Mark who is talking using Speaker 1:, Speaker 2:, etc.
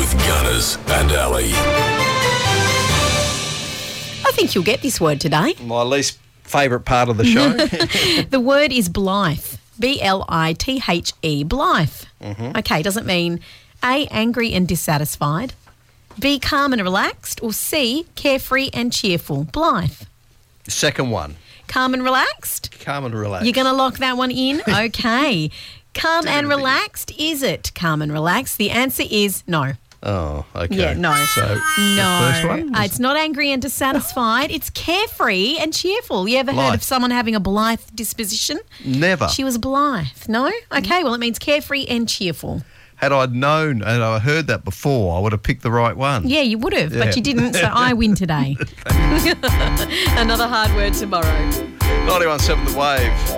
Speaker 1: Maz and Ali.
Speaker 2: I think you'll get this word today.
Speaker 3: My least favourite part of the show.
Speaker 2: The word is blithe. B L I T H E, blithe. Okay, does it mean A, angry and dissatisfied, B, calm and relaxed, or C, carefree and cheerful? Blithe.
Speaker 3: Second one.
Speaker 2: Calm and relaxed?
Speaker 3: Calm and relax.
Speaker 2: You're going to lock that one in? Okay. calm and relaxed, is it calm and relaxed? The answer is no.
Speaker 3: Oh, okay.
Speaker 2: Yeah, no.
Speaker 3: So
Speaker 2: No,
Speaker 3: first one
Speaker 2: Uh,
Speaker 3: was-
Speaker 2: it's not angry and dissatisfied. It's carefree and cheerful. You ever heard
Speaker 3: Blithe.
Speaker 2: of someone having a blithe disposition?
Speaker 3: never
Speaker 2: She was blithe. No? Okay, well, it means carefree and cheerful.
Speaker 3: had I known and I heard that before, I would have picked the right one.
Speaker 2: Yeah, you would have,
Speaker 3: Yeah.
Speaker 2: but you didn't, so I win today. Another hard word tomorrow.
Speaker 3: 917 the wave.